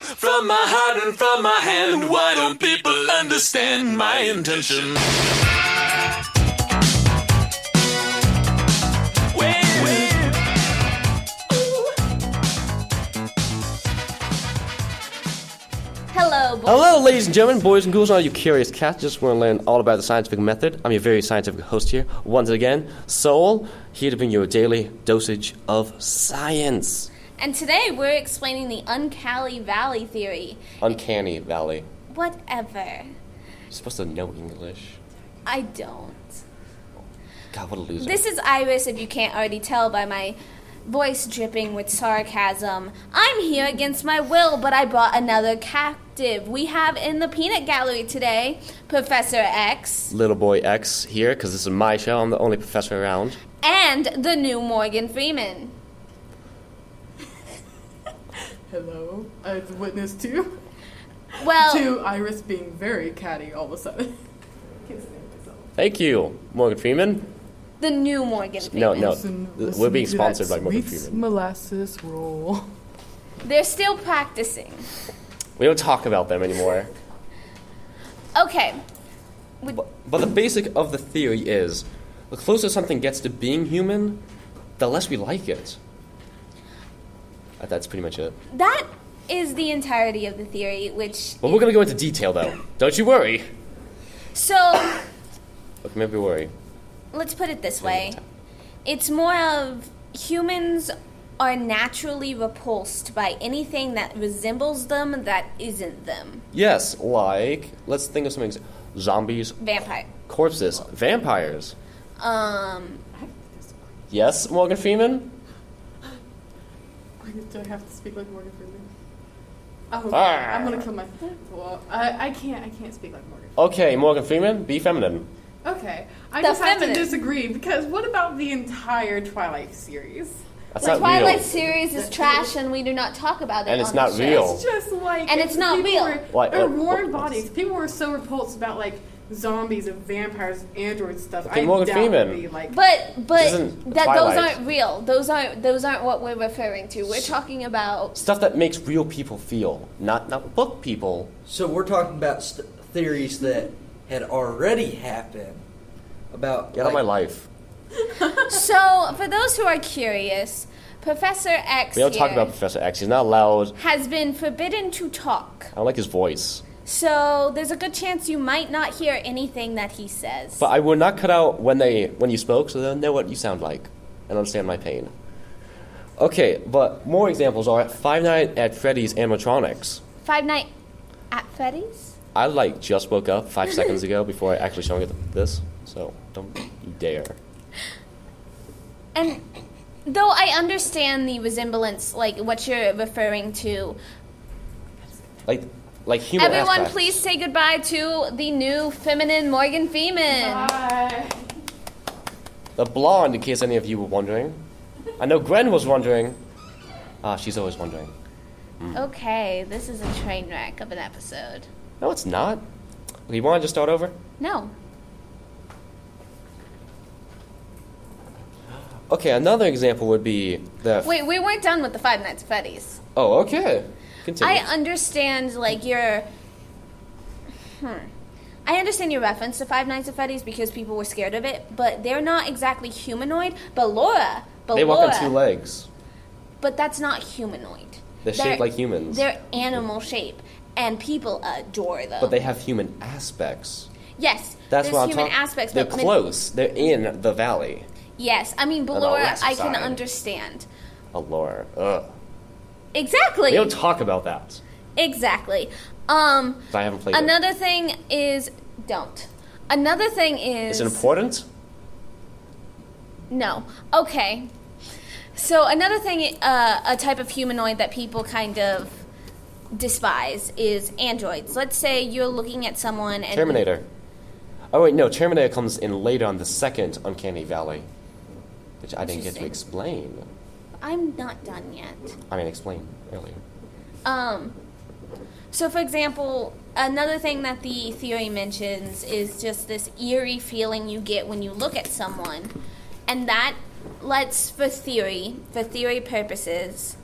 from my heart and from my hand. Why don't people understand my intention? Hello, boys. Hello, ladies and gentlemen, boys and girls, and all you curious cats. Just want to learn all about the scientific method. I'm your very scientific host here, once again, Soul, here to bring you a daily dosage of science. And today we're explaining the uncanny valley theory. Uncanny Valley. Whatever. You're supposed to know English. I don't. God, what a loser. This is Iris, if you can't already tell by my voice dripping with sarcasm. I'm here against my will, but I brought another captive. We have in the peanut gallery today Professor X Little boy X here, because this is my show. I'm the only professor around. and the new Morgan Freeman. Hello, I've witnessed to Well, to Iris being very catty all of a sudden. Thank you, Morgan Freeman. the new Morgan Freeman. No, no, Listen- th- we're listen being to that sponsored by Morgan sweet Freeman. molasses roll. They're still practicing. We don't talk about them anymore. Okay. But, but the basic of the theory is the closer something gets to being human, the less we like it. Uh, That's pretty much it. That is the entirety of the theory, which. But we're gonna go into detail though. Don't you worry. So, Okay, maybe worry. let's put it this way it's more of humans are naturally repulsed by anything that resembles them that isn't them. Yes, like let's think of something: zombies, Vampire. corpses, vampires. Um, Yes, Morgan Freeman. Do I have to speak like Morgan Freeman? Oh, okay. Ah. I'm gonna kill my. Well, I, I can't. I can't speak like Morgan. Okay, Morgan Freeman, be feminine. Okay, I The just have feminine. to disagree because what about the entire Twilight series? That's the not real. Twilight series is trash and we do not talk about it. And it's on the not show. real. It's just like And it's not people real. Were, Like, they're uh, what- warm bodies. People were so repulsed about like zombies and vampires and android stuff. Okay, I Morgan doubt it'd Freeman. Be, like, But This but isn't that Twilight. those aren't real. Those aren't those aren't what we're referring to. We're talking about Stuff that makes real people feel, not not book people. So we're talking about st- theories that had already happened about. Get out of my life. So, for those who are curious, Professor X We don't talk here about Professor X. He's not allowed. has been forbidden to talk. I don't like his voice. So, there's a good chance you might not hear anything that he says. But I will not cut out when they when you spoke, so they'll know what you sound like and understand my pain. Okay, but more examples are Five Nights at Freddy's animatronics. Five Night at Freddy's? I like just woke up five seconds ago before I actually showing it this, so don't you dare. And though I understand the resemblance, like what you're referring to, Like, like human. everyone aspects. please say goodbye to the new feminine Morgan Freeman. Bye. The blonde, in case any of you were wondering. I know Gwen was wondering. Ah, she's always wondering. Okay, this is a train wreck of an episode. No, it's not. Okay, you want to just start over? No. Okay, another example would be the. Wait, we weren't done with the Five Nights at Freddy's. Oh, okay. Continue. I understand like your. Hmm. I understand your reference to Five Nights at Freddy's because people were scared of it, but they're not exactly humanoid. But Laura, but they Laura, walk on two legs. but that's not humanoid. They're shaped like humans. They're animal shape, and people adore them. But they have human aspects. yes, That's Oh. there's what I'm human talking. aspects. They're but min- close. They're in the valley. yes, I mean, but On the Laura, lesser I can side. understand Allure. Ugh. exactly, We don't talk about that. exactly. Um, 'cause I haven't played it. another thing is don't. Another thing Is is it important? No. Okay. So another thing, uh, a type of humanoid that people kind of despise is androids. Let's say you're looking at someone and Terminator. Oh wait, no. Terminator comes in later on the second Uncanny Valley, which I didn't get to Interesting. explain. I'm not done yet. I mean, explain earlier. Um, so for example, another thing that the theory mentions is just this eerie feeling you get when you look at someone, and that lets for theory for theory purposes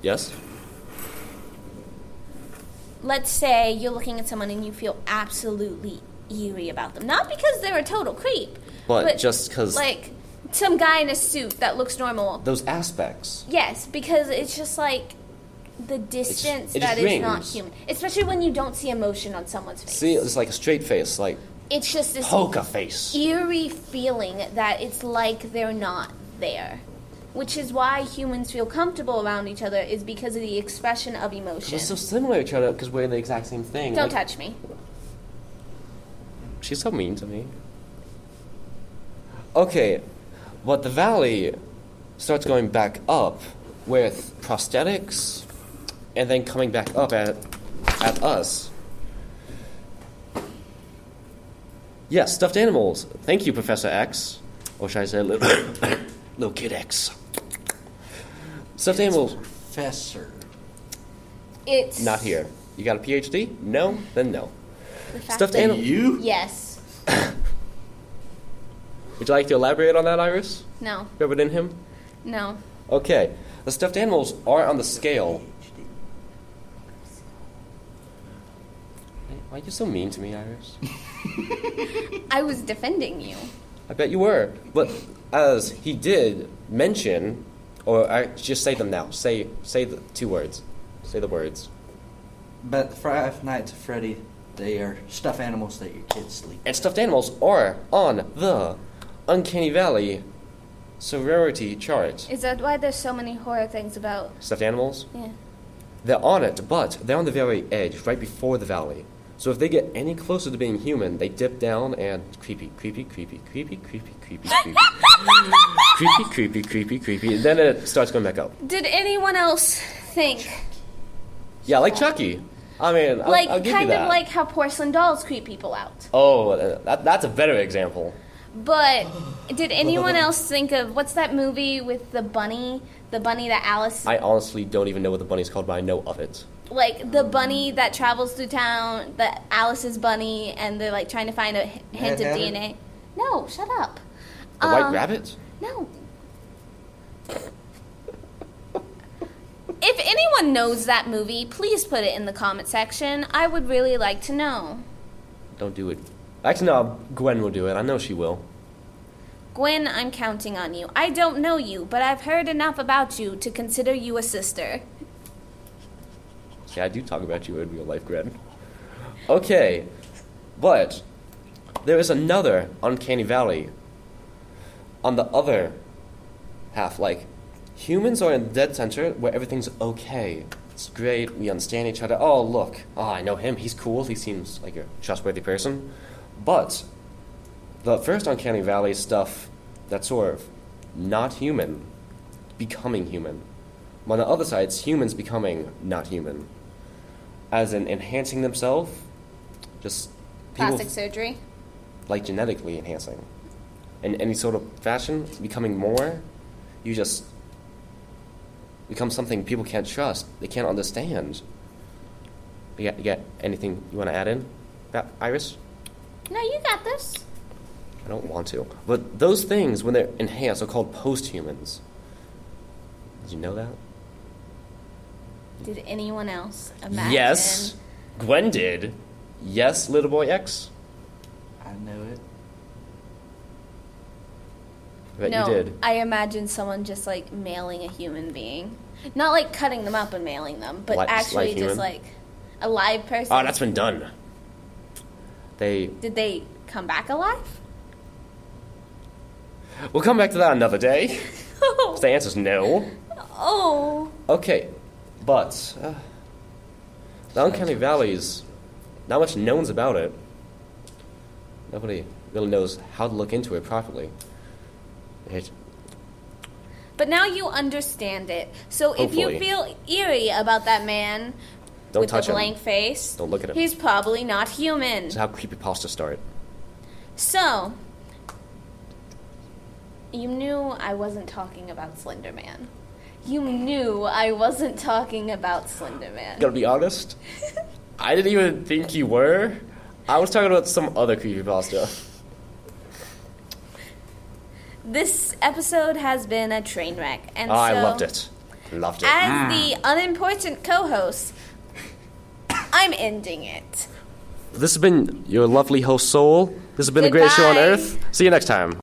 Yes. let's say you're looking at someone and you feel absolutely eerie about them, not because they're a total creep, But just 'cause- like some guy in a suit that looks normal. Those aspects. Yes, because it's just like the distance it just that is not rings. human, especially when you don't see emotion on someone's face. See, it's like a straight face, like it's just this poker face. eerie feeling that it's like they're not there. Which is why humans feel comfortable around each other is because of the expression of emotion. We're so similar to each other because we're the exact same thing. Don't Like, touch me. She's so mean to me. Okay, but the valley starts going back up with prosthetics and then coming back up at, at us. Yes, stuffed animals. Thank you, Professor X. Or should I say little, little kid X? Stuffed animals. Professor. It's Not here. You got a PhD? No? Then no. the fact Stuffed that- animal. You? Yes. Would you like to elaborate on that, Iris? No. Rub it in him? No. Okay, the stuffed animals are on the scale. Why are you so mean to me, Iris? I was defending you. I bet you were. But as he did mention, or I just say them now. Say say the two words. Say the words. But Five Nights at Freddy, they are stuffed animals that your kids sleep. And stuffed animals are on the Uncanny Valley severity chart. Is that why there's so many horror things about Stuffed animals? yeah. They're on it, but they're on the very edge, right before the valley. So if they get any closer to being human, they dip down and creepy, creepy, creepy, creepy, creepy, creepy, creepy, creepy, creepy, creepy, creepy. Then it starts going back up. Did anyone else think Yeah, like Chucky. I mean, I'll, like I'll give kind you that. of like how porcelain dolls creep people out? oh, uh, that, that's a better example. But did anyone else think of what's that movie with the bunny? The bunny that Alice I honestly don't even know what the bunny's called, but I know of it. like the bunny that travels through town, the Alice's bunny, and they're like trying to find a h- hint of Mad Hatter? DNA. No, shut up. The white Um, rabbit. No. if anyone knows that movie, please put it in the comment section. I would really like to know. Don't do it. Actually, no. Gwen will do it. I know she will. Gwen, I'm counting on you. I don't know you, but I've heard enough about you to consider you a sister. See, I do talk about you in real life, Gren. Okay, but there is another uncanny valley on the other half. Like, humans are in the dead center where everything's okay. It's great, we understand each other. Oh, look, oh, I know him, he's cool, he seems like a trustworthy person. But the first uncanny valley is stuff that's sort of not human, becoming human. On the other side, it's humans becoming not human, as in enhancing themselves, just people Plastic surgery. like genetically enhancing in any sort of fashion, becoming more, you just become something people can't trust, they can't understand. You got, you got anything you want to add in, that Iris? No, you got this. I don't want to. But those things, when they're enhanced, are called post-humans. Did you know that? Did anyone else imagine? Yes, Gwen did. Yes, little boy X. I know it. I bet no, you did. I imagine someone just like mailing a human being, not like cutting them up and mailing them, but Like- just actually like just human? like a live person. Oh, that's been done. They Did they come back alive? We'll come back to that another day. If the answer's no. oh, Okay, but uh, the Uncanny Valley's not much known's about it. Nobody really knows how to look into it properly. It, but now you understand it. So if Hopefully. you feel eerie about that man Don't with touch the him. blank face, Don't look at him. He's probably not human. it's how creepypasta start. So you knew I wasn't talking about Slender Man. You knew I wasn't talking about Slender Man. Gotta be honest, I didn't even think you were. I was talking about some other creepypasta. This episode has been a train wreck, and Oh, I so loved it. Mm. Loved it. As the unimportant co-host, I I'm ending it. This has been your lovely host, Soul. This has been the greatest show on Goodbye. earth. See you next time.